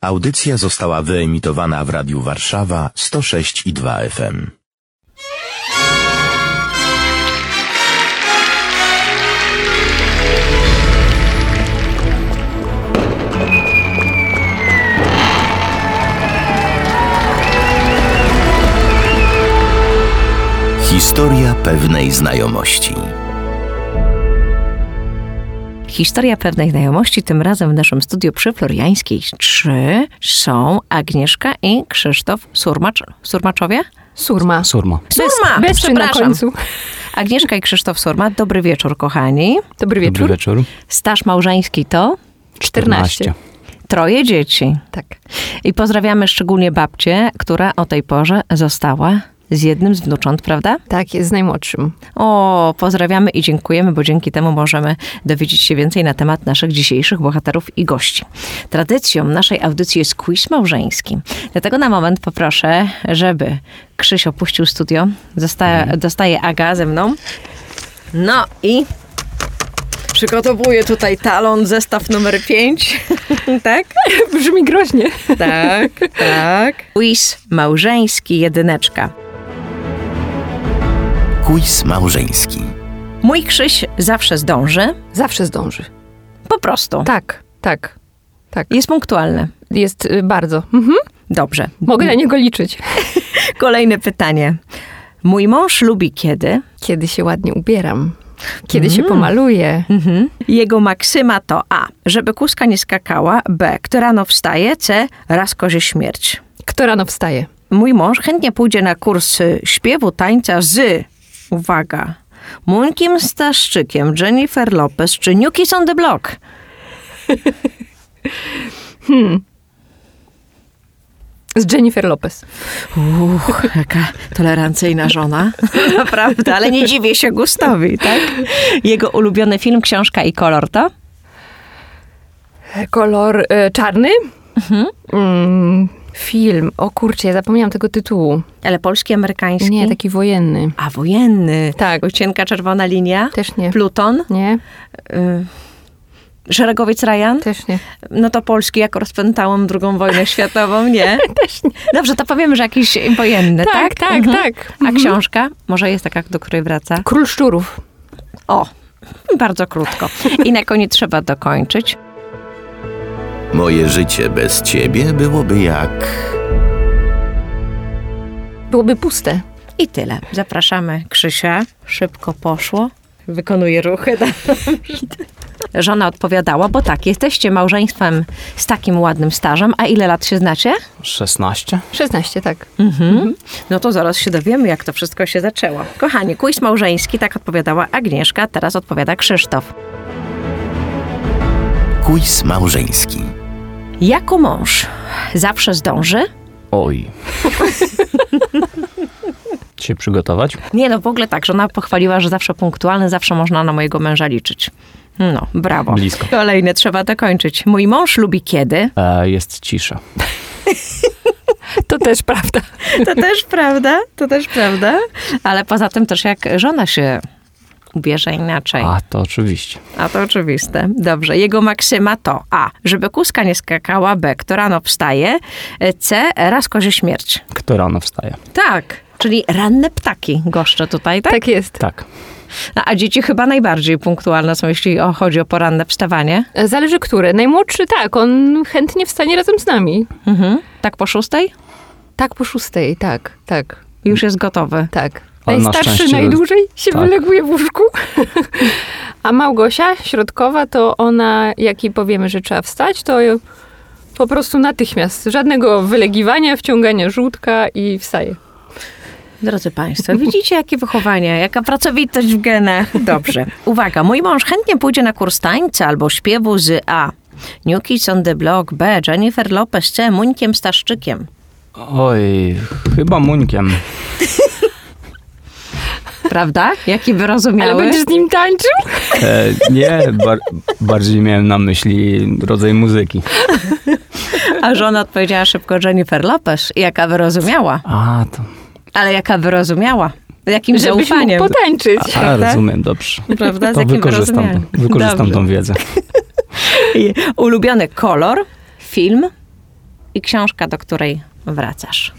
Audycja została wyemitowana w Radiu Warszawa 106 i 2 FM. Historia pewnej znajomości. Historia pewnej znajomości, tym razem w naszym studiu przy Floriańskiej 3 są Agnieszka i Krzysztof Surmacz, Surmaczowie? Surma. Surma. Surma! Bez, bez czy na Przepraszam. końcu. Agnieszka i Krzysztof Surma, dobry wieczór kochani. Dobry wieczór. Dobry wieczór. Staż małżeński to 14. troje dzieci. Tak. I pozdrawiamy szczególnie babcię, która o tej porze została z jednym z wnucząt, prawda? Tak, jest z najmłodszym. O, pozdrawiamy i dziękujemy, bo dzięki temu możemy dowiedzieć się więcej na temat naszych dzisiejszych bohaterów i gości. Tradycją naszej audycji jest quiz małżeński. Dlatego na moment poproszę, żeby Krzyś opuścił studio. Zosta- Zostaje Aga ze mną. No i przygotowuję tutaj talon, zestaw numer 5. tak? Brzmi groźnie. Tak, tak. Quiz małżeński, jedyneczka. Quiz małżeński. Mój Krzyś zawsze zdąży, Zawsze zdąży. po prostu. Tak, tak, tak. Jest punktualny. Jest y, bardzo. Mhm. Dobrze. Mogę na niego liczyć. Kolejne pytanie. Mój mąż lubi kiedy? Kiedy się ładnie ubieram. Kiedy się pomaluję. Jego maksyma to A. Żeby kuska nie skakała. B. Kto rano wstaje. C. Raz kozie śmierć. Kto rano wstaje? Mój mąż chętnie pójdzie na kurs y, śpiewu tańca z... Uwaga. Munkiem Staszczykiem, Jennifer Lopez czy Niuki on the Block? Z Jennifer Lopez. Uch, jaka tolerancyjna żona. Naprawdę, ale nie dziwię się Gustowi, tak? Jego ulubiony film, książka i kolor to? E, Kolor e, czarny? Mhm. Mm, film. O kurczę, ja zapomniałam tego tytułu. Ale polski, amerykański? Nie, taki wojenny. A wojenny. Tak. Cienka czerwona linia. Też nie. Pluton. Nie? Y, szeregowiec Ryan. Też nie. No to Polski, jak rozpętałam drugą wojnę światową, nie? Też nie. Dobrze, to powiemy, że jakiś wojenny, tak? Tak, tak, Mhm. tak. A książka? Może jest taka, do której wraca? Król szczurów. O, bardzo krótko. I na koniec trzeba dokończyć. Moje życie bez ciebie byłoby jak. Byłoby puste. I tyle. Zapraszamy Krzysia. Szybko poszło. Wykonuje ruchy. Żona odpowiadała, bo tak, jesteście małżeństwem z takim ładnym stażem. A ile lat się znacie? 16. 16, tak. No to zaraz się dowiemy, jak to wszystko się zaczęło. Kochani, quiz małżeński, tak odpowiadała Agnieszka, teraz odpowiada Krzysztof. Quiz małżeński. Jako mąż zawsze zdąży? Oj. się przygotować? Nie, no w ogóle tak, żona pochwaliła, że zawsze punktualny, zawsze można na mojego męża liczyć. No, brawo. Blisko. Kolejne trzeba dokończyć. Mój mąż lubi kiedy? E, jest cisza. To też prawda. tak? To też prawda, to też prawda. Ale poza tym też jak żona się ubierze inaczej. A, to oczywiście. A to oczywiste. Dobrze. Jego maksyma to A. Żeby kuska nie skakała. B. Kto rano wstaje. C. Raz kozie śmierć. Kto rano wstaje? Tak. Czyli ranne ptaki goszczę tutaj, tak? No, Tak jest. Tak. A, a dzieci chyba najbardziej punktualne są, jeśli o- chodzi o poranne wstawanie. Zależy który. Najmłodszy tak, on chętnie wstanie razem z nami. Mhm. Tak po szóstej? Tak po szóstej, tak, tak, Już jest gotowy. tak. Ale na Najstarszy szczęście- najdłużej się tak. wyleguje w łóżku. A Małgosia, środkowa, to ona, jak jej powiemy, że trzeba wstać, to ją po prostu natychmiast. Żadnego wylegiwania, wciągania żółtka i wstaje. Drodzy Państwo, widzicie jakie wychowanie, jaka pracowitość w genach. Dobrze. Uwaga, mój mąż chętnie pójdzie na kurs tańca albo śpiewu z A. New Kids on the Block, B. Jennifer Lopez, C. Muńkiem Staszczykiem. Oj, chyba muńkiem. Prawda? Jaki wyrozumiały? Ale będziesz z nim tańczył? E, nie, bar- bardziej miałem na myśli rodzaj muzyki. A żona odpowiedziała szybko Jennifer Lopez. Jaka wyrozumiała? A, to. Ale jaka wyrozumiała? Jakim Żebyś mógł zaufaniem? potańczyć. A, rozumiem, dobrze. Prawda? Z To jakim wykorzystam, wyrozumieniem? wykorzystam Dobrze. tą wiedzę. Ulubiony kolor? Film? i książka, do której wracasz.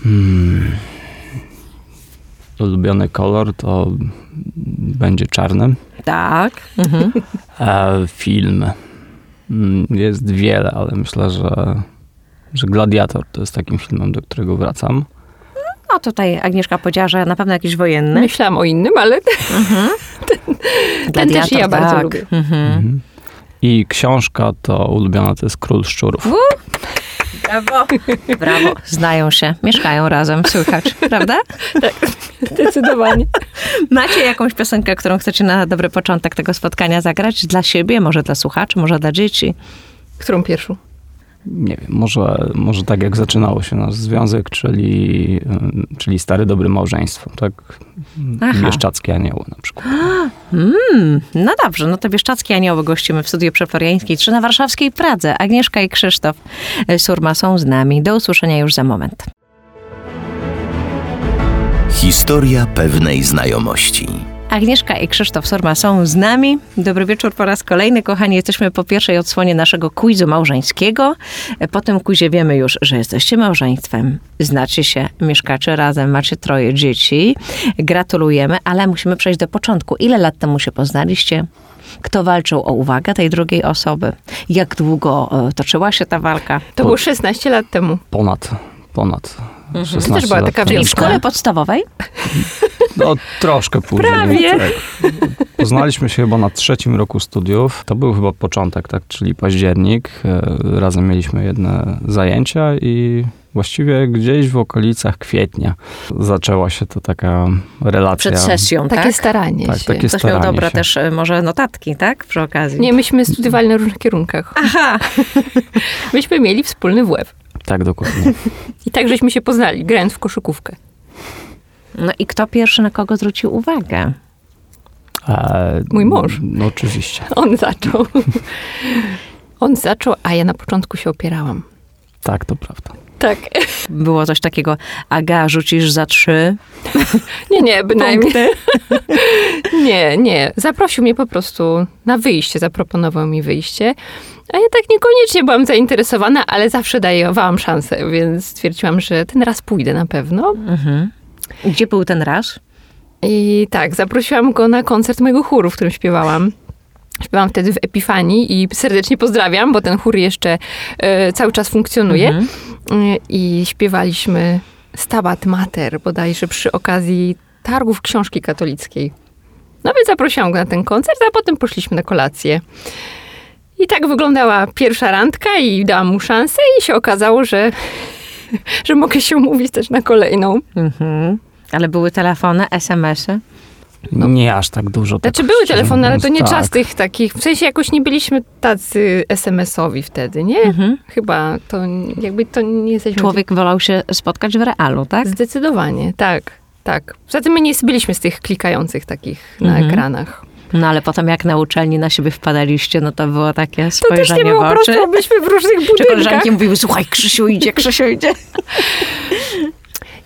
Ulubiony kolor to będzie czarny. Tak. Mhm. A film. Mm, Jest wiele, ale myślę, że, że Gladiator to jest takim filmem, do którego wracam. No tutaj Agnieszka powiedziała, że na pewno jakiś wojenny. Myślałam o innym, ale ten też ja bardzo lubię. Mhm. I książka to ulubiona to jest Król Szczurów. Brawo. Brawo. Znają się, mieszkają razem, słychać, prawda? zdecydowanie. Macie jakąś piosenkę, którą chcecie na dobry początek tego spotkania zagrać? Dla siebie, może dla słuchaczy, może dla dzieci? Którą pierwszą? Nie wiem, może, może tak jak zaczynało się nasz związek, czyli, ym, czyli Stare Dobre Małżeństwo, tak? Aha. Mieszczackie Anioły na przykład. Mm, no dobrze, no to Bieszczadzkie Anioły gościmy w studiu Przeforiańskiej 3 na warszawskiej Pradze. Agnieszka i Krzysztof Surma są z nami. Do usłyszenia już za moment. Historia pewnej znajomości. Agnieszka i Krzysztof Sorma są z nami. Dobry wieczór po raz kolejny, kochani. Jesteśmy po pierwszej odsłonie naszego quizu małżeńskiego. Po tym quizie wiemy już, że jesteście małżeństwem, znacie się, mieszkacie razem, macie troje dzieci. Gratulujemy, ale musimy przejść do początku. Ile lat temu się poznaliście? Kto walczył o uwagę tej drugiej osoby? Jak długo e, toczyła się ta walka? To było 16 lat temu. Ponad, ponad. 16 Mhm. To też była lat taka temu. Czyli w Wielka. szkole podstawowej? No troszkę później. Prawie. Tak. Poznaliśmy się chyba na trzecim roku studiów. To był chyba początek, tak? Czyli październik. E, Razem mieliśmy jedne zajęcia i właściwie gdzieś w okolicach kwietnia zaczęła się to taka relacja. Przed sesją, Takie tak? staranie Tak, się. takie Ktoś miał staranie dobra się. też e, może notatki, tak? Przy okazji. Nie, myśmy studiowali na różnych kierunkach. Aha, Myśmy mieli wspólny WF. Tak, dokładnie. I tak żeśmy się poznali, grając w koszykówkę. No i kto pierwszy na kogo zwrócił uwagę? E, Mój mąż. No oczywiście. On zaczął. On zaczął, a ja na początku się opierałam. Tak, to prawda. Tak. Było coś takiego, Aga, rzucisz za trzy. Nie, nie, bynajmniej. Nie, nie. Zaprosił mnie po prostu na wyjście, zaproponował mi wyjście. A ja tak niekoniecznie byłam zainteresowana, ale zawsze dawałam szansę, więc stwierdziłam, że ten raz pójdę na pewno. Gdzie był ten raz? I tak, zaprosiłam go na koncert mojego chóru, w którym śpiewałam. Śpiewałam wtedy w Epifanii i serdecznie pozdrawiam, bo ten chór jeszcze e, cały czas funkcjonuje. E, I śpiewaliśmy Stabat Mater bodajże przy okazji targów książki katolickiej. No więc zaprosiłam go na ten koncert, a potem poszliśmy na kolację. I tak wyglądała pierwsza randka i dałam mu szansę i się okazało, że, że mogę się umówić też na kolejną. Mhm. Ale były telefony, SMS-y. Nie aż tak dużo. No. Znaczy tak były szczerze telefony, ale to nie mówiąc, czas tak. tych takich. W sensie jakoś nie byliśmy tacy SMS-owi wtedy, nie? Chyba to jakby to nie jesteśmy. Mhm. Człowiek wolał się spotkać w realu, tak? Zdecydowanie, tak, tak. Poza tym my nie byliśmy z tych klikających takich na Mhm. ekranach. No ale potem jak na uczelni na siebie wpadaliście, no to było takie To też nie spojrzenie w było oczy. prosto, byliśmy w różnych Czy budynkach. koleżanki mówiły, słuchaj, Krzysiu idzie, Krzysiu idzie.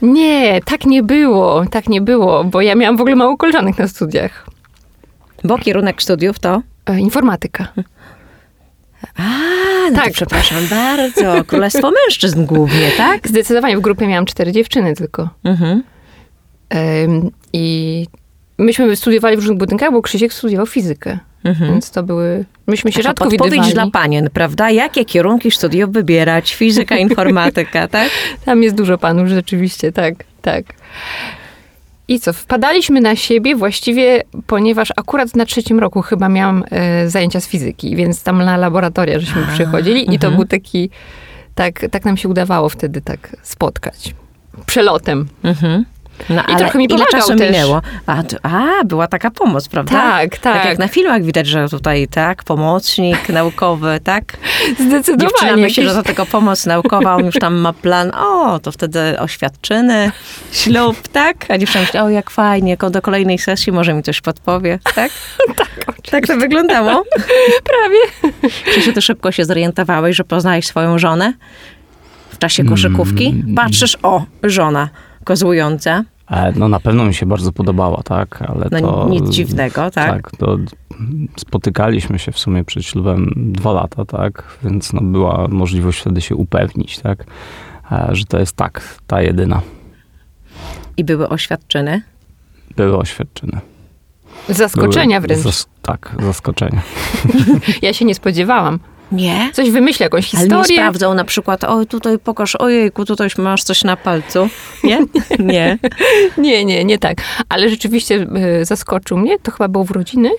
Nie, tak nie było, tak nie było, bo ja miałam w ogóle mało koleżanek na studiach. Bo kierunek studiów to... E, Informatyka. Mhm. A, no tak. Tak. przepraszam bardzo. Królestwo mężczyzn głównie, tak? Zdecydowanie w grupie miałam cztery dziewczyny tylko. Mhm. Em, I myśmy studiowali w różnych budynkach, bo Krzysiek studiował fizykę. Więc to były. Myśmy się Taka rzadko podpowiedź widywali. dla panien, prawda? Jakie kierunki studiów wybierać? Fizyka, informatyka, tak? Tam jest dużo panów, rzeczywiście, tak, tak. I co, wpadaliśmy na siebie właściwie, ponieważ akurat na trzecim roku chyba miałam e, zajęcia z fizyki, więc tam na laboratoria żeśmy przychodzili i to był taki, tak, tak nam się udawało wtedy tak spotkać. Przelotem. No, ale trochę mi ile pomagał czasu też. minęło? A, to- a, była taka pomoc, prawda? Tak, Tak tak. jak na filmach widać, że tutaj tak, pomocnik naukowy, tak? Dziewczyna Zdecydowanie. myśli, że do tego pomoc naukowa, on już tam ma plan, o, to wtedy oświadczyny, ślub, tak? A dziewczyna myśli, o, jak fajnie, ko- do kolejnej sesji może mi coś podpowie, tak? tak, Tak to wyglądało. prawie. Krzysiu, ty szybko się zorientowałeś, że poznałeś swoją żonę w czasie koszykówki? Patrzysz, o, żona kozłująca. E, No na pewno mi się bardzo podobała, tak, No ale to... nic dziwnego, tak? Tak, to spotykaliśmy się w sumie przed ślubem dwa lata, tak, więc no była możliwość wtedy się upewnić, tak, e, że to jest tak, ta jedyna. I były oświadczyny. Były oświadczyny. Zaskoczenia Były wręcz. zas- tak, zaskoczenia. Ja się nie spodziewałam. Nie? Coś wymyślę, jakąś Ale nie historię. sprawdzą na przykład, oj tutaj pokaż, ojejku, tutaj masz coś na palcu. Nie? Nie. Nie, nie, nie tak. Ale rzeczywiście y, zaskoczył mnie. To chyba było w rodziny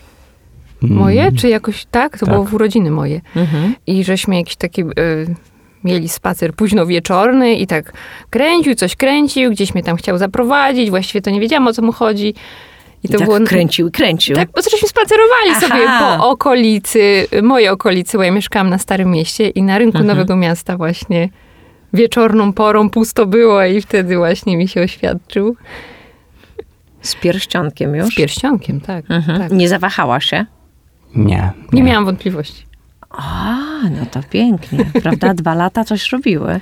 Mm, moje, czy jakoś tak? To Mhm. Tak. było w urodziny moje. Mhm. I żeśmy jakiś taki... Y, Mieli spacer późno wieczorny i tak kręcił, coś kręcił, gdzieś mnie tam chciał zaprowadzić, właściwie to nie wiedziałam o co mu chodzi. I I to tak było kręcił i kręcił. Tak, bo żeśmy spacerowali Aha. sobie po okolicy, mojej okolicy, bo ja mieszkałam na Starym Mieście i na rynku Mhm. Nowego Miasta właśnie wieczorną porą pusto było i wtedy właśnie mi się oświadczył. Z pierścionkiem już. Z pierścionkiem, tak. Mhm. tak. Nie zawahała się. Nie. Nie miałam wątpliwości. A, no to pięknie, prawda? Dwa lata coś robiły.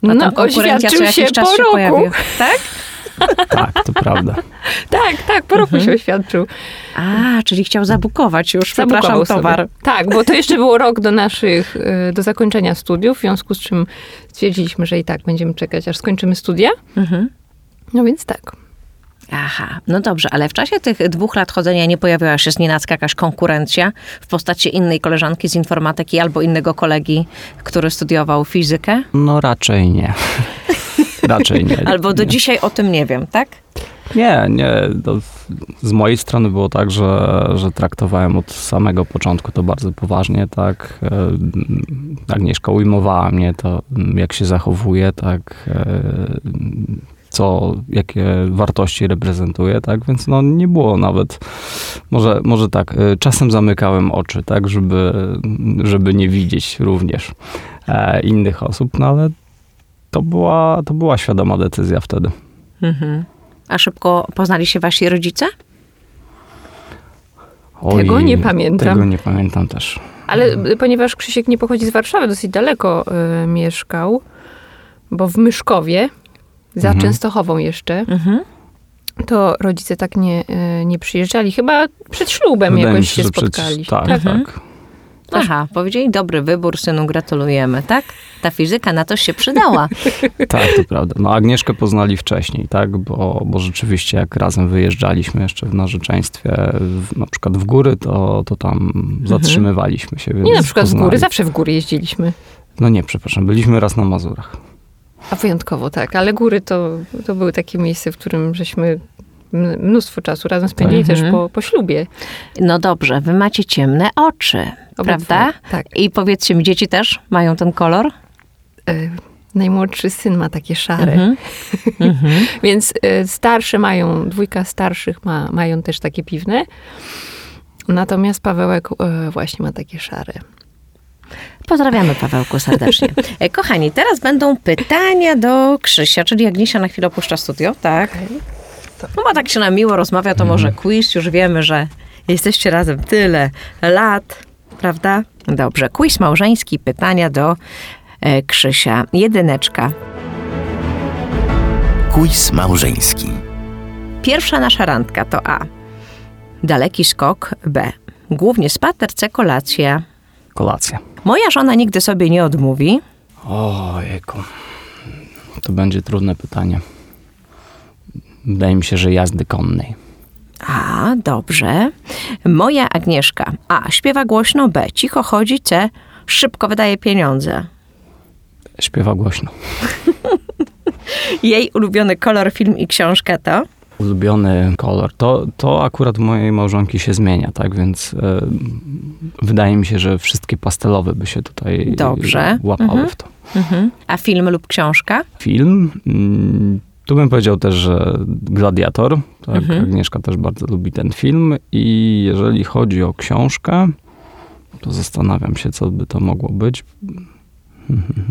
Potem No, konkurencja co oświadczył się jakiś czas po się roku. pojawiła. Tak? Tak, to prawda. tak, tak, po roku Mhm. się oświadczył. A, czyli chciał zabukować już, przepraszam, Zabukował sobie. towar. Tak, bo to jeszcze było rok do naszych, y, do zakończenia studiów, w związku z czym stwierdziliśmy, że i tak będziemy czekać, aż skończymy studia. Mhm. No więc tak. Aha, no dobrze, ale w czasie tych dwóch lat chodzenia nie pojawiała się z jakaś konkurencja w postaci innej koleżanki z informatyki albo innego kolegi, który studiował fizykę? No raczej nie. raczej nie. Albo do nie. dzisiaj o tym nie wiem, tak? Nie, nie. To w- z mojej strony było tak, że, że traktowałem od samego początku to bardzo poważnie, tak. E, m, Agnieszka ujmowała mnie to, m, jak się zachowuje, tak. e, m, Co, jakie wartości reprezentuje, tak? Więc no nie było nawet, może, może tak, e, czasem zamykałem oczy, tak, żeby, żeby nie widzieć również e, innych osób, no ale to była, to była świadoma decyzja wtedy. Mhm. A szybko poznali się wasi rodzice? Tego nie pamiętam. Tego nie pamiętam też. Ale Mhm. y, ponieważ Krzysiek nie pochodzi z Warszawy, dosyć daleko y, mieszkał, bo w Myszkowie, za Mhm. Częstochową jeszcze, Mhm. to rodzice tak nie, y, nie przyjeżdżali. Chyba przed ślubem Wydaje mi jakoś się, się że przecież- spotkali. Tak, Tak. tak. Aha, powiedzieli dobry wybór, synu, gratulujemy, tak? Ta fizyka na to się przydała. Tak, to prawda. No Agnieszkę poznali wcześniej, tak, bo, bo rzeczywiście jak razem wyjeżdżaliśmy jeszcze w narzeczeństwie, w, na przykład w góry, to, to tam zatrzymywaliśmy się. Więc Nie na przykład w poznali. góry, zawsze w góry jeździliśmy. No nie, przepraszam, byliśmy raz na Mazurach. A wyjątkowo tak, ale góry to, to były takie miejsce, w którym żeśmy m- mnóstwo czasu razem spędzili też Mhm. po, po ślubie. No dobrze, wy macie ciemne oczy, Obydwoje. prawda? Tak. I powiedzcie mi, dzieci też mają ten kolor? Y, Najmłodszy syn ma takie szare. Mhm. Mhm. Więc y, starsze mają, dwójka starszych ma, mają też takie piwne. Natomiast Pawełek y, właśnie ma takie szare. Pozdrawiamy Pawełku serdecznie. E, Kochani, teraz będą pytania do Krzysia, czyli Agniesia na chwilę opuszcza studio, tak? No bo tak się nam miło rozmawia, to może quiz, już wiemy, że jesteście razem tyle lat, prawda? Dobrze, quiz małżeński, pytania do e, Krzysia. Jedyneczka. Quiz małżeński. Pierwsza nasza randka to A. Daleki skok B. Głównie spacer, C. Kolacja. Kolacja. Moja żona nigdy sobie nie odmówi. Ojejku. To będzie trudne pytanie. Wydaje mi się, że jazdy konnej. A, dobrze. Moja Agnieszka. A. Śpiewa głośno. B. Cicho chodzi. C. Szybko wydaje pieniądze. Śpiewa głośno. Jej ulubiony kolor, film i książka to? ulubiony kolor. To, to akurat u mojej małżonki się zmienia, tak? Więc e, wydaje mi się, że wszystkie pastelowe by się tutaj Dobrze. łapały w to. Mhm. A film lub książka? Tak. Film. Mm, tu bym powiedział też, że Gladiator. Tak? Mhm. Agnieszka też bardzo lubi ten film. I jeżeli chodzi o książkę, to zastanawiam się, co by to mogło być.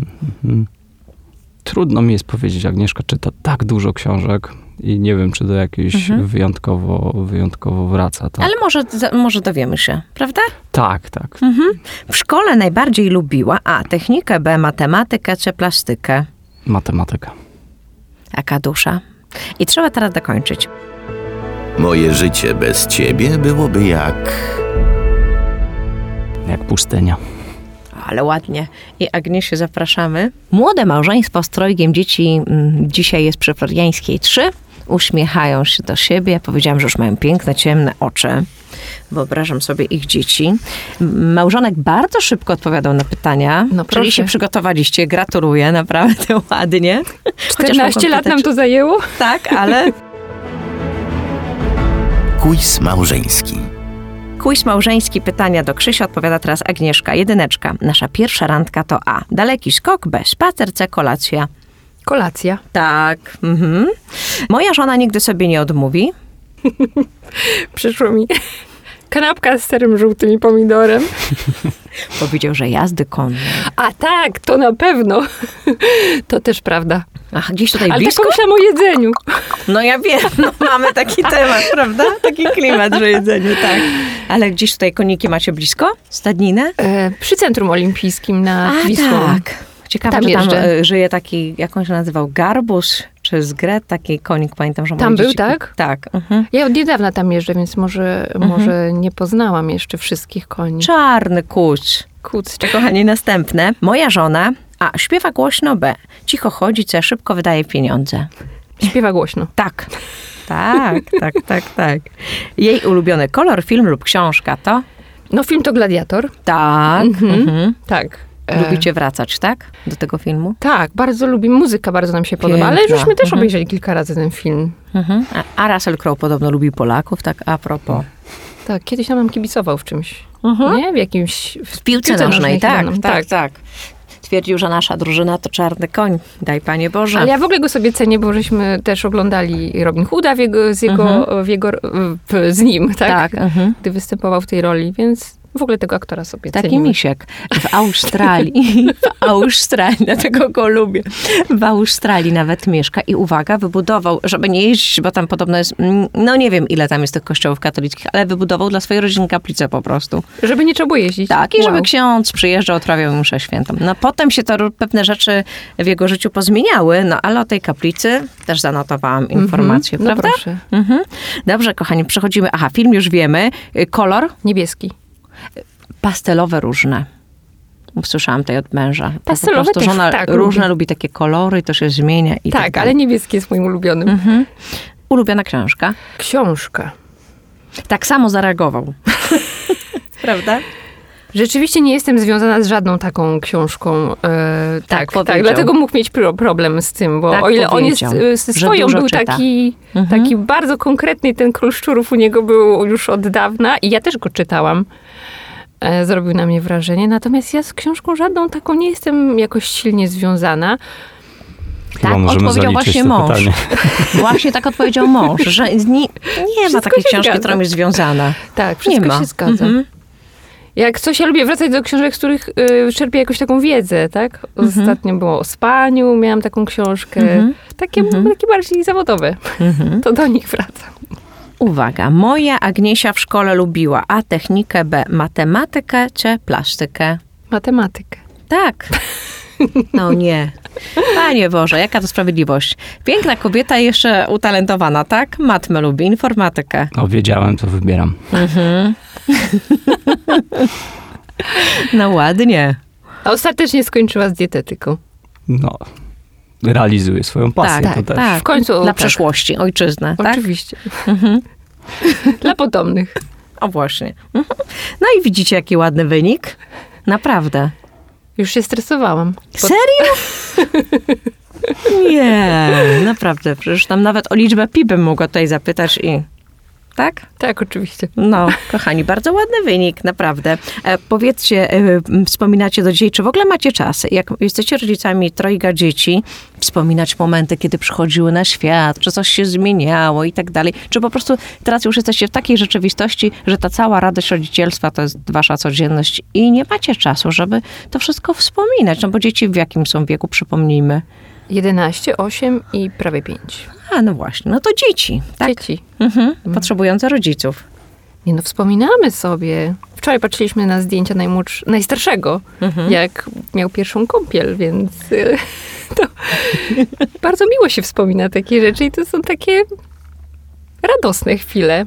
Trudno mi jest powiedzieć, Agnieszka czyta tak dużo książek i nie wiem, czy do jakiejś wyjątkowo, wyjątkowo wraca. Tak, Mhm. Ale może, za- może dowiemy się, prawda? Mhm. tak. tak. W szkole najbardziej lubiła A. Technikę, B. Matematykę, C. Plastykę. Matematyka. A kadusza? I trzeba teraz dokończyć. Moje życie bez ciebie byłoby jak... Jak pustynia. Ale ładnie. I Agniesię zapraszamy. Młode małżeństwo z trojgiem dzieci mm, dzisiaj jest przy Floriańskiej 3. Uśmiechają się do siebie. Powiedziałam, że już mają piękne, ciemne oczy. Wyobrażam sobie ich dzieci. M- Małżonek bardzo szybko odpowiadał na pytania. Czyli No proszę. się przygotowaliście. Gratuluję, naprawdę ładnie. Chociaż mam 14 lat nam komputer- to zajęło. Tak, ale Quiz małżeński. Quiz małżeński, pytania do Krzysia, odpowiada teraz Agnieszka, jedyneczka. Nasza pierwsza randka to A. Daleki skok, B. Spacer, C. Kolacja. Kolacja. Tak. Mhm. Moja żona nigdy sobie nie odmówi. Przyszło mi kanapka z serem żółtym i pomidorem. Powiedział, że jazdy konne. A tak, to na pewno. To też prawda. Ach, gdzieś tutaj Ale blisko? tak myślałam o jedzeniu. No ja wiem, no, mamy taki temat, prawda? Taki klimat, że jedzenie, tak. Ale gdzieś tutaj koniki macie blisko? Stadninę? E, przy Centrum Olimpijskim na Wisłą. tak. Ciekawe, Tam czy tam jeżdżę. e, żyje taki, jak on się nazywał, garbus czy zgret, taki konik, pamiętam, że Tam moje był, dzieci- tak? Tak. Mhm. Ja od niedawna tam jeżdżę, więc może, może nie poznałam jeszcze wszystkich koni. Czarny kuć. Kuc, Czy kochani, następne. Moja żona, a śpiewa głośno, b, cicho chodzi, c, szybko wydaje pieniądze. śpiewa głośno. Tak. Tak, tak, tak, tak. Jej ulubiony kolor, film lub książka to? No film to Gladiator. Tak. Mhm. Tak. Lubicie wracać, tak? Do tego filmu? Tak, bardzo lubi. Muzyka bardzo nam się podoba, Piękna. ale żeśmy też Mhm. obejrzeli kilka razy ten film. Mhm. A, a Russell Crowe podobno lubi Polaków, tak a propos. Tak, kiedyś nam kibicował w czymś. Nie? W jakimś... W Mhm. W piłce Piłce nożnej, nożnej tak, chyba, no, tak, tak. tak. Twierdził, że nasza drużyna to czarny koń. Daj Panie Boże. Ale ja w ogóle go sobie cenię, bo żeśmy też oglądali Robin Hooda w jego, z, jego, w jego, w, z nim, tak? Mhm. Tak, mhm. Gdy występował w tej roli, więc w ogóle tego aktora sobie Taki cenimy. misiek. W Australii. W Australii, dlatego go lubię. W Australii nawet mieszka i uwaga, wybudował, żeby nie jeździć, bo tam podobno jest, mm, no nie wiem ile tam jest tych kościołów katolickich, ale wybudował dla swojej rodziny kaplicę po prostu. Żeby nie trzeba było jeździć. Tak, i żeby Wow. ksiądz przyjeżdżał, trawiał mszę świętą. No potem się to ró- pewne rzeczy w jego życiu pozmieniały, no ale o tej kaplicy też zanotowałam informację, no prawda? proszę. Mhm. Dobrze, kochani, przechodzimy. Aha, film już wiemy. Y, Kolor? Niebieski. pastelowe różne. Słyszałam tutaj od męża. Po Pastelowe prostu też, żona tak, różne lubię. lubi takie kolory, to się zmienia i tak, tak, dalej. ale niebieski jest moim ulubionym. Mhm. Ulubiona książka. Książka. Tak samo zareagował. Prawda? Rzeczywiście nie jestem związana z żadną taką książką. E, tak, tak, powiedział. dlatego mógł mieć pro- problem z tym, bo Tak o ile on jest powiedział, e, ze że swoją dużo był czyta. Mhm. taki, taki bardzo konkretny, ten król szczurów u niego był już od dawna i ja też go czytałam. E, zrobił na mnie wrażenie. Natomiast ja z książką żadną taką nie jestem jakoś silnie związana. Chyba tak możemy odpowiedział właśnie zaliczyć to mąż. pytanie. Właśnie tak odpowiedział mąż, że nie, nie ma Wszystko takiej się książki, zgadza. która jest związana. Tak, wszystko nie ma. się zgadza. Mhm. Jak coś, ja lubię wracać do książek, z których y, czerpię jakąś taką wiedzę, tak? Mhm. Ostatnio było o spaniu, miałam taką książkę. Takie, Mhm. takie bardziej zawodowe. To do nich wracam. Uwaga, moja Agniesia w szkole lubiła A technikę, B matematykę, C plastykę. Matematykę. Tak. No nie. Panie Boże, jaka to sprawiedliwość. Piękna kobieta, jeszcze utalentowana, tak? Matmę lubi, informatykę. No wiedziałem, to wybieram. No ładnie. A ostatecznie skończyła z dietetyką. No, realizuję swoją pasję. tak, to też. tak. W końcu, Dla tak. przyszłości, ojczyznę, tak? Oczywiście. Dla potomnych. O właśnie. Mhm. No i widzicie, jaki ładny wynik. Naprawdę. Już się stresowałam. Bo Serio? Nie, naprawdę. Przecież tam nawet o liczbę pi bym mogła tutaj zapytać i... Tak? tak, oczywiście. No, kochani, bardzo ładny wynik, naprawdę. E, powiedzcie, e, m, wspominacie do dzisiaj, czy w ogóle macie czas? Jak jesteście rodzicami trojga dzieci, wspominać momenty, kiedy przychodziły na świat, czy coś się zmieniało i tak dalej. Czy po prostu teraz już jesteście w takiej rzeczywistości, że ta cała radość rodzicielstwa to jest wasza codzienność i nie macie czasu, żeby to wszystko wspominać, no bo dzieci w jakim są wieku, przypomnijmy. 11, 8 i prawie 5. A, no właśnie, no to dzieci, tak? Dzieci. Mhm, potrzebujące rodziców. Nie no, wspominamy sobie. Wczoraj patrzyliśmy na zdjęcia najmłodsz... najstarszego, Mhm. jak miał pierwszą kąpiel, więc y, to bardzo miło się wspomina takie rzeczy i to są takie radosne chwile.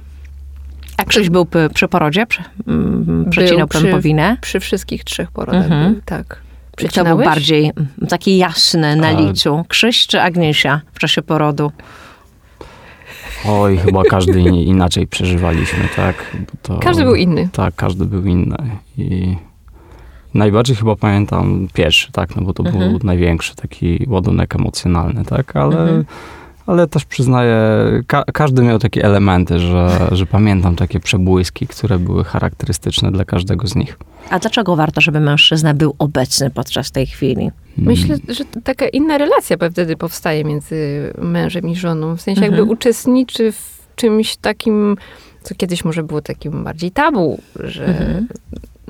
A Krzyś był p- przy porodzie, przy, mm, przecinał przy- pępowinę. Przy wszystkich trzech porodach Mhm. był, tak. I Kto był Przecinałeś? bardziej mm, taki jasny na A- licu? Krzyś czy Agniesia w czasie porodu? Oj, chyba każdy in- inaczej przeżywaliśmy, tak? Bo To, Każdy był inny. Tak, każdy był inny. I najbardziej chyba pamiętam pierwszy, tak? No bo to był największy taki ładunek emocjonalny, tak? Ale, ale też przyznaję, ka- każdy miał takie elementy, że, że pamiętam takie przebłyski, które były charakterystyczne dla każdego z nich. A dlaczego warto, żeby mężczyzna był obecny podczas tej chwili? Myślę, że to taka inna relacja pe- wtedy powstaje między mężem i żoną. W sensie jakby Mhm. uczestniczy w czymś takim, co kiedyś może było takim bardziej tabu, że Mhm.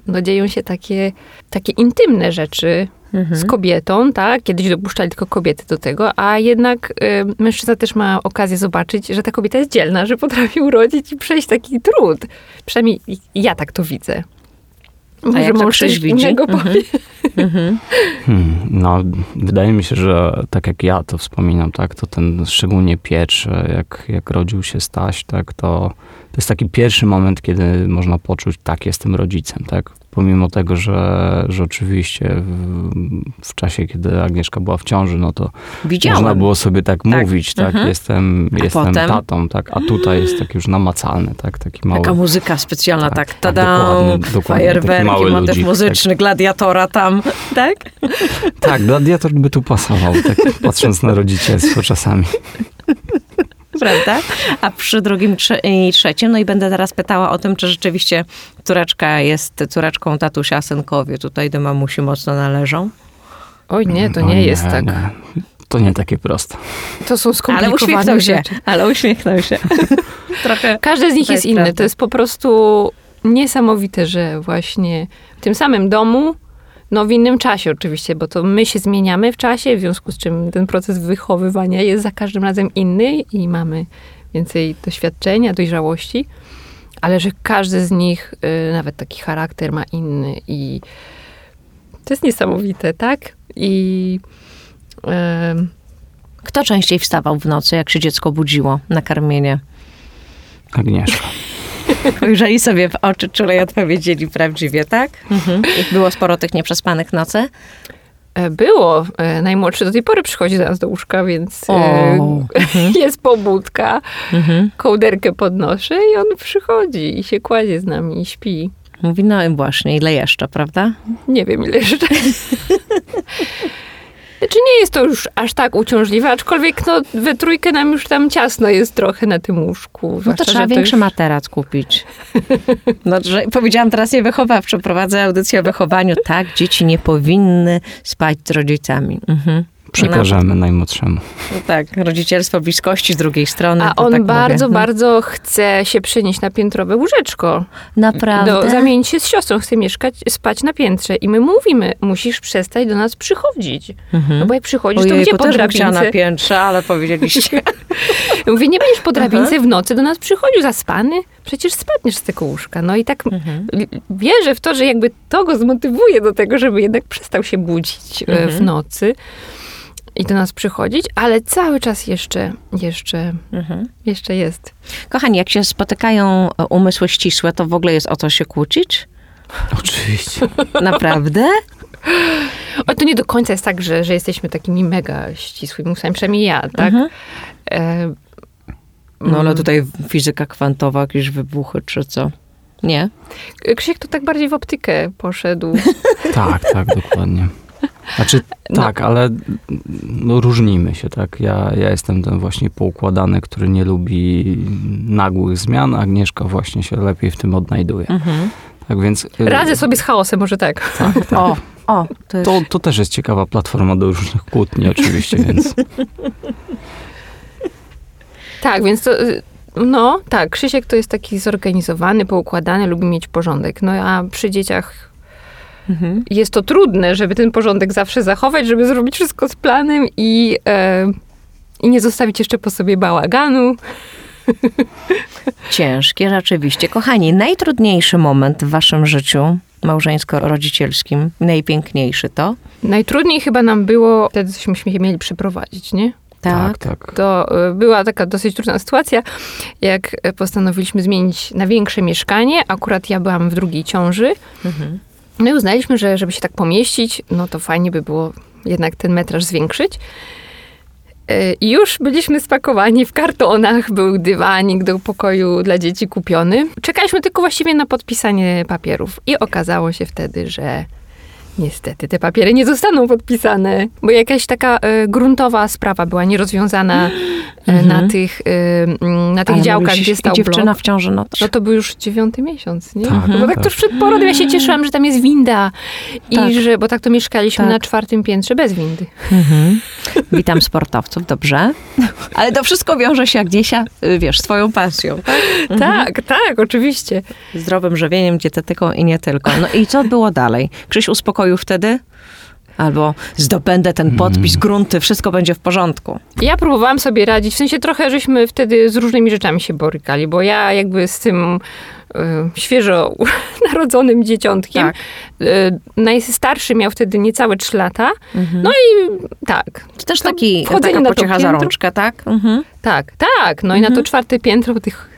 no dzieją się takie, takie intymne rzeczy Mhm. z kobietą, tak? Kiedyś dopuszczali tylko kobiety do tego, a jednak y, mężczyzna też ma okazję zobaczyć, że ta kobieta jest dzielna, że potrafi urodzić i przejść taki trud. Przynajmniej ja tak to widzę. Może jak to mąż Krzyś coś widzi? innego Mhm. powie. Hmm, no, wydaje mi się, że tak jak ja to wspominam, tak, to ten szczególnie pierwszy, jak, jak rodził się Staś, tak, to, to jest taki pierwszy moment, kiedy można poczuć, tak, jestem rodzicem, tak. Pomimo tego, że, że oczywiście w, w czasie, kiedy Agnieszka była w ciąży, no to Widziałam. można było sobie tak, Tak. mówić, tak, Mhm. jestem, A jestem potem? tatą, tak, a tutaj jest tak już namacalny, tak, taki mały. Taka muzyka specjalna, tak, Tak, tak tak, tada, dokładnie, dokładnie, taki fajerwerki, mały tak. ma też ludzik, muzyczny, gladiatora tam, tak? Tak, gladiator by tu pasował, tak, patrząc na rodzicielstwo czasami. Prawda? A przy drugim trze- i trzecim, no i będę teraz pytała o tym, czy rzeczywiście córeczka jest córeczką tatusia, synkowie tutaj do mamusi mocno należą. Oj nie, to O nie jest tak. nie. To nie takie proste. To są Ale skomplikowane uśmiechnął się, rzeczy. ale uśmiechnął się. Trochę. Każdy z nich To jest jest inny. prawda. To jest po prostu niesamowite, że właśnie w tym samym domu, no w innym czasie oczywiście, bo to my się zmieniamy w czasie, w związku z czym ten proces wychowywania jest za każdym razem inny i mamy więcej doświadczenia, dojrzałości, ale że każdy z nich, y, nawet taki charakter ma inny i to jest niesamowite, tak? I em, Kto częściej wstawał w nocy, jak się dziecko budziło na karmienie? Agnieszka. Spojrzeli sobie w oczy, czyli odpowiedzieli prawdziwie, tak? Było sporo tych nieprzespanych nocy. E, Było. E, Najmłodszy do tej pory przychodzi do nas do łóżka, więc e, O. jest pobudka. Mhm. Kołderkę podnoszę i on przychodzi i się kładzie z nami i śpi. Mówi, no i właśnie, ile jeszcze, prawda? No Nie wiem ile jeszcze. Znaczy nie jest to już aż tak uciążliwe, aczkolwiek no, we trójkę nam już tam ciasno jest trochę na tym łóżku. No zwłaszcza, to że trzeba większy już- materac kupić. No, że powiedziałam teraz nie wychowawczo, prowadzę audycję o wychowaniu. Tak, dzieci nie powinny spać z rodzicami. Mhm. Przekażemy najmłodszemu. No, tak, rodzicielstwo bliskości z drugiej strony. A to on tak bardzo, mówię. No. bardzo chce się przenieść na piętrowe łóżeczko. Naprawdę? Do, No, zamienić się z siostrą, chce mieszkać, spać na piętrze. I my mówimy, musisz przestać do nas przychodzić. No bo jak przychodzisz, to Mhm. Ojejku, gdzie po też bym chciała drabince? na piętrze, ale powiedzieliście. Ja Mówię, nie będziesz po drabince w nocy do nas przychodził zaspany? Przecież spadniesz z tego łóżka. No i tak Mhm. l- wierzę w to, że jakby to go zmotywuje do tego, żeby jednak przestał się budzić e, Mhm. w nocy i do nas przychodzić, ale cały czas jeszcze, jeszcze, jeszcze jest. Mhm. Kochani, jak się spotykają e, umysły ścisłe, to w ogóle jest o co się kłócić? Oczywiście. Naprawdę? O, to nie do końca jest tak, że, że jesteśmy takimi mega ścisłymi, przynajmniej ja, tak? Mhm. E, No ale tutaj fizyka kwantowa, jakieś wybuchy czy co? Nie? Krzysiek to tak bardziej w optykę poszedł. Tak, tak, dokładnie. Znaczy, No. tak, ale no, różnimy się, tak? Ja, ja jestem ten właśnie poukładany, który nie lubi nagłych zmian, a Agnieszka właśnie się lepiej w tym odnajduje. Mhm. Tak więc... y, Radzę sobie z chaosem, może tak. Tak, tak. O, o, to jest... To, to też jest ciekawa platforma do różnych kłótni oczywiście, więc... Tak, więc to, y, no tak, Krzysiek to jest taki zorganizowany, poukładany, lubi mieć porządek. No a przy dzieciach Mhm. jest to trudne, żeby ten porządek zawsze zachować, żeby zrobić wszystko z planem i, e, i nie zostawić jeszcze po sobie bałaganu. Ciężkie rzeczywiście. Kochani, najtrudniejszy moment w waszym życiu małżeńsko-rodzicielskim, najpiękniejszy to? Najtrudniej chyba nam było wtedy, cośmy się mieli przeprowadzić, nie? tak. tak. To y, była taka dosyć trudna sytuacja, jak y, postanowiliśmy zmienić na większe mieszkanie. Akurat ja byłam w drugiej ciąży. Mhm. No i uznaliśmy, że żeby się tak pomieścić, no to fajnie by było jednak ten metraż zwiększyć. Y, I już byliśmy spakowani w kartonach, był dywanik do pokoju dla dzieci kupiony. Czekaliśmy tylko właściwie na podpisanie papierów. I okazało się wtedy, że niestety te papiery nie zostaną podpisane, bo jakaś taka y, gruntowa sprawa była nierozwiązana y, na tych, y, mm, na Mhm. tych Ale działkach, mówisz, gdzie stał i dziewczyna blok. w ciąży, no, No to był już dziewiąty miesiąc, nie? Tak, bo tak tak. tuż przed porodem ja się cieszyłam, że tam jest winda. I Tak. że, bo tak to mieszkaliśmy Tak. na czwartym piętrze bez windy. Mhm. Witam sportowców, dobrze? Ale to wszystko wiąże się, Agniesia, y, wiesz, swoją pasją. tak? Tak, tak, oczywiście. Zdrowym żywieniem, dietetyką i nie tylko. No i co było dalej? Krzyś uspokoił wtedy? Albo zdobędę ten podpis, grunty, wszystko będzie w porządku. Ja próbowałam sobie radzić, w sensie trochę żeśmy wtedy z różnymi rzeczami się borykali, bo ja jakby z tym y, świeżo narodzonym dzieciątkiem, Tak. y, najstarszy miał wtedy niecałe 3 lata, Mhm. no i tak, To też to taki, wchodzenie taka na to pociecha za piętro. rączkę, tak? Mhm. tak, tak, no i na to czwarte piętro tych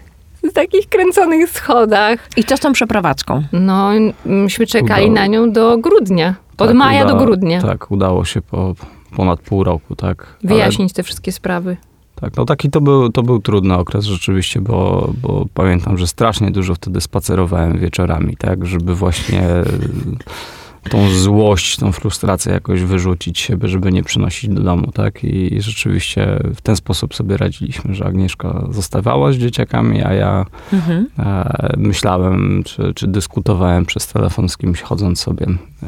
takich kręconych schodach, I co z tą przeprowadzką? No, myśmy czekali Udało. na nią do grudnia. Od Tak, maja uda- do grudnia. Tak, udało się po ponad pół roku, tak. Ale- Wyjaśnić te wszystkie sprawy. Tak, no taki to był, to był trudny okres rzeczywiście, bo, bo pamiętam, że strasznie dużo wtedy spacerowałem wieczorami, tak, żeby właśnie tą złość, tą frustrację jakoś wyrzucić siebie, żeby nie przynosić do domu, tak, i rzeczywiście w ten sposób sobie radziliśmy, że Agnieszka zostawała z dzieciakami, a ja Mhm. e, myślałem, czy, czy dyskutowałem przez telefon z kimś chodząc sobie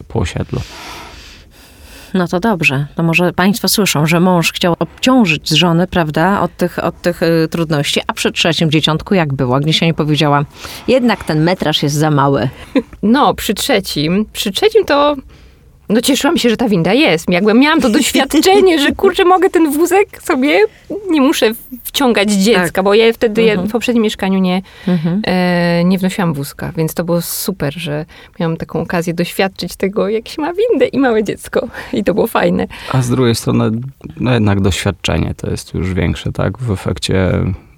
po osiedlu. No to dobrze. To może Państwo słyszą, że mąż chciał obciążyć żonę, prawda, od tych, od tych y, trudności, a przy trzecim dzieciątku jak było? Agniesia nie powiedziała, jednak ten metraż jest za mały. No, przy trzecim. Przy trzecim to. No, cieszyłam się, że ta winda jest. Jakby miałam to doświadczenie, że kurczę, mogę ten wózek sobie, nie muszę wciągać dziecka, bo ja wtedy ja w poprzednim mieszkaniu nie, Mhm. e, nie wnosiłam wózka, więc to było super, że miałam taką okazję doświadczyć tego, jak się ma windę i małe dziecko. I to było fajne. A z drugiej strony, no jednak doświadczenie to jest już większe, tak? W efekcie,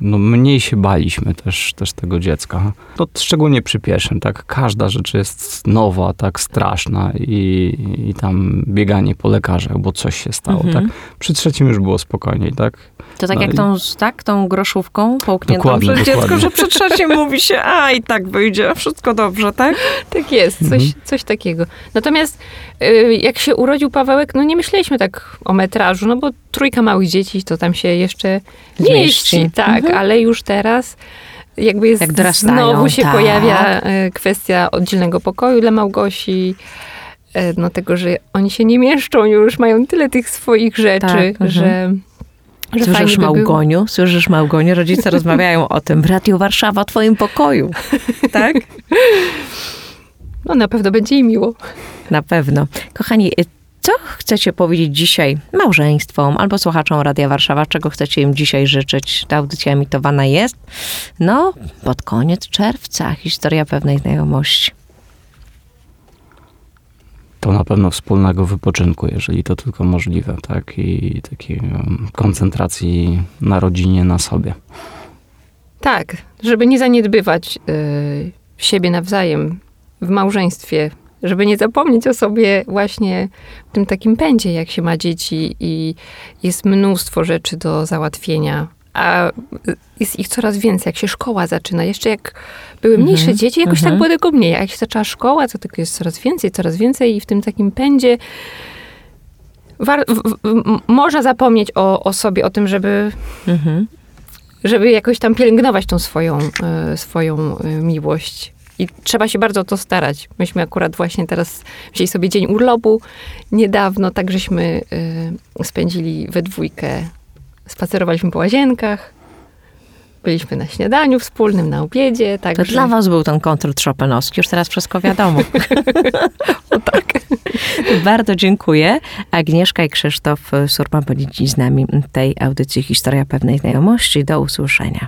no mniej się baliśmy też, też tego dziecka. To szczególnie przy pierwszym, tak? Każda rzecz jest nowa, tak straszna i, i tam bieganie po lekarzach, bo coś się stało, Mhm. tak? Przy trzecim już było spokojniej, tak? To tak No jak i- tą, z- tak, tą groszówką połkniętą Dokładnie, przez dziecko, dokładnie. że przy trzecim mówi się, a i tak wyjdzie, wszystko dobrze, tak? Tak jest, coś, Mhm. coś takiego. Natomiast y, jak się urodził Pawełek, no nie myśleliśmy tak o metrażu, no bo trójka małych dzieci to tam się jeszcze Zmieści. Mhm. mieści, tak, ale już teraz jakby jest, Jak dorastają, znowu się tak. pojawia y, kwestia oddzielnego pokoju dla Małgosi, y, no tego, że oni się nie mieszczą już, mają tyle tych swoich rzeczy, mhm. że, że fajnie Słyszysz by było. Małgoniu, słyszysz Małgoniu, rodzice rozmawiają o tym w Radiu Warszawa, o twoim pokoju, tak? No na pewno będzie im miło. Na pewno. Kochani, y, co chcecie powiedzieć dzisiaj małżeństwom albo słuchaczom Radia Warszawa? Czego chcecie im dzisiaj życzyć? Ta audycja emitowana jest, no, pod koniec czerwca. Historia pewnej znajomości. To na pewno wspólnego wypoczynku, jeżeli to tylko możliwe, tak? I takiej um, koncentracji na rodzinie, na sobie. Tak, żeby nie zaniedbywać y, siebie nawzajem w małżeństwie, żeby nie zapomnieć o sobie właśnie w tym takim pędzie, jak się ma dzieci i jest mnóstwo rzeczy do załatwienia. A y, jest ich coraz więcej, jak się szkoła zaczyna. Jeszcze jak były mniejsze dzieci, jakoś tak było tego mniej. A jak się zaczęła szkoła, to tylko jest coraz więcej, coraz więcej i w tym takim pędzie war- w- w- m- można zapomnieć o, o sobie, o tym, żeby Mhm. żeby jakoś tam pielęgnować tą swoją, e, swoją e, miłość. I trzeba się bardzo o to starać. Myśmy akurat właśnie teraz wzięli sobie dzień urlopu niedawno, tak żeśmy e, spędzili we dwójkę, spacerowaliśmy po łazienkach, byliśmy na śniadaniu wspólnym, na obiedzie, To także... dla was był ten koncert Chopinowski, już teraz wszystko wiadomo. tak. Bardzo dziękuję. Agnieszka i Krzysztof Surma byli dziś z nami w tej audycji Historia pewnej znajomości. Do usłyszenia.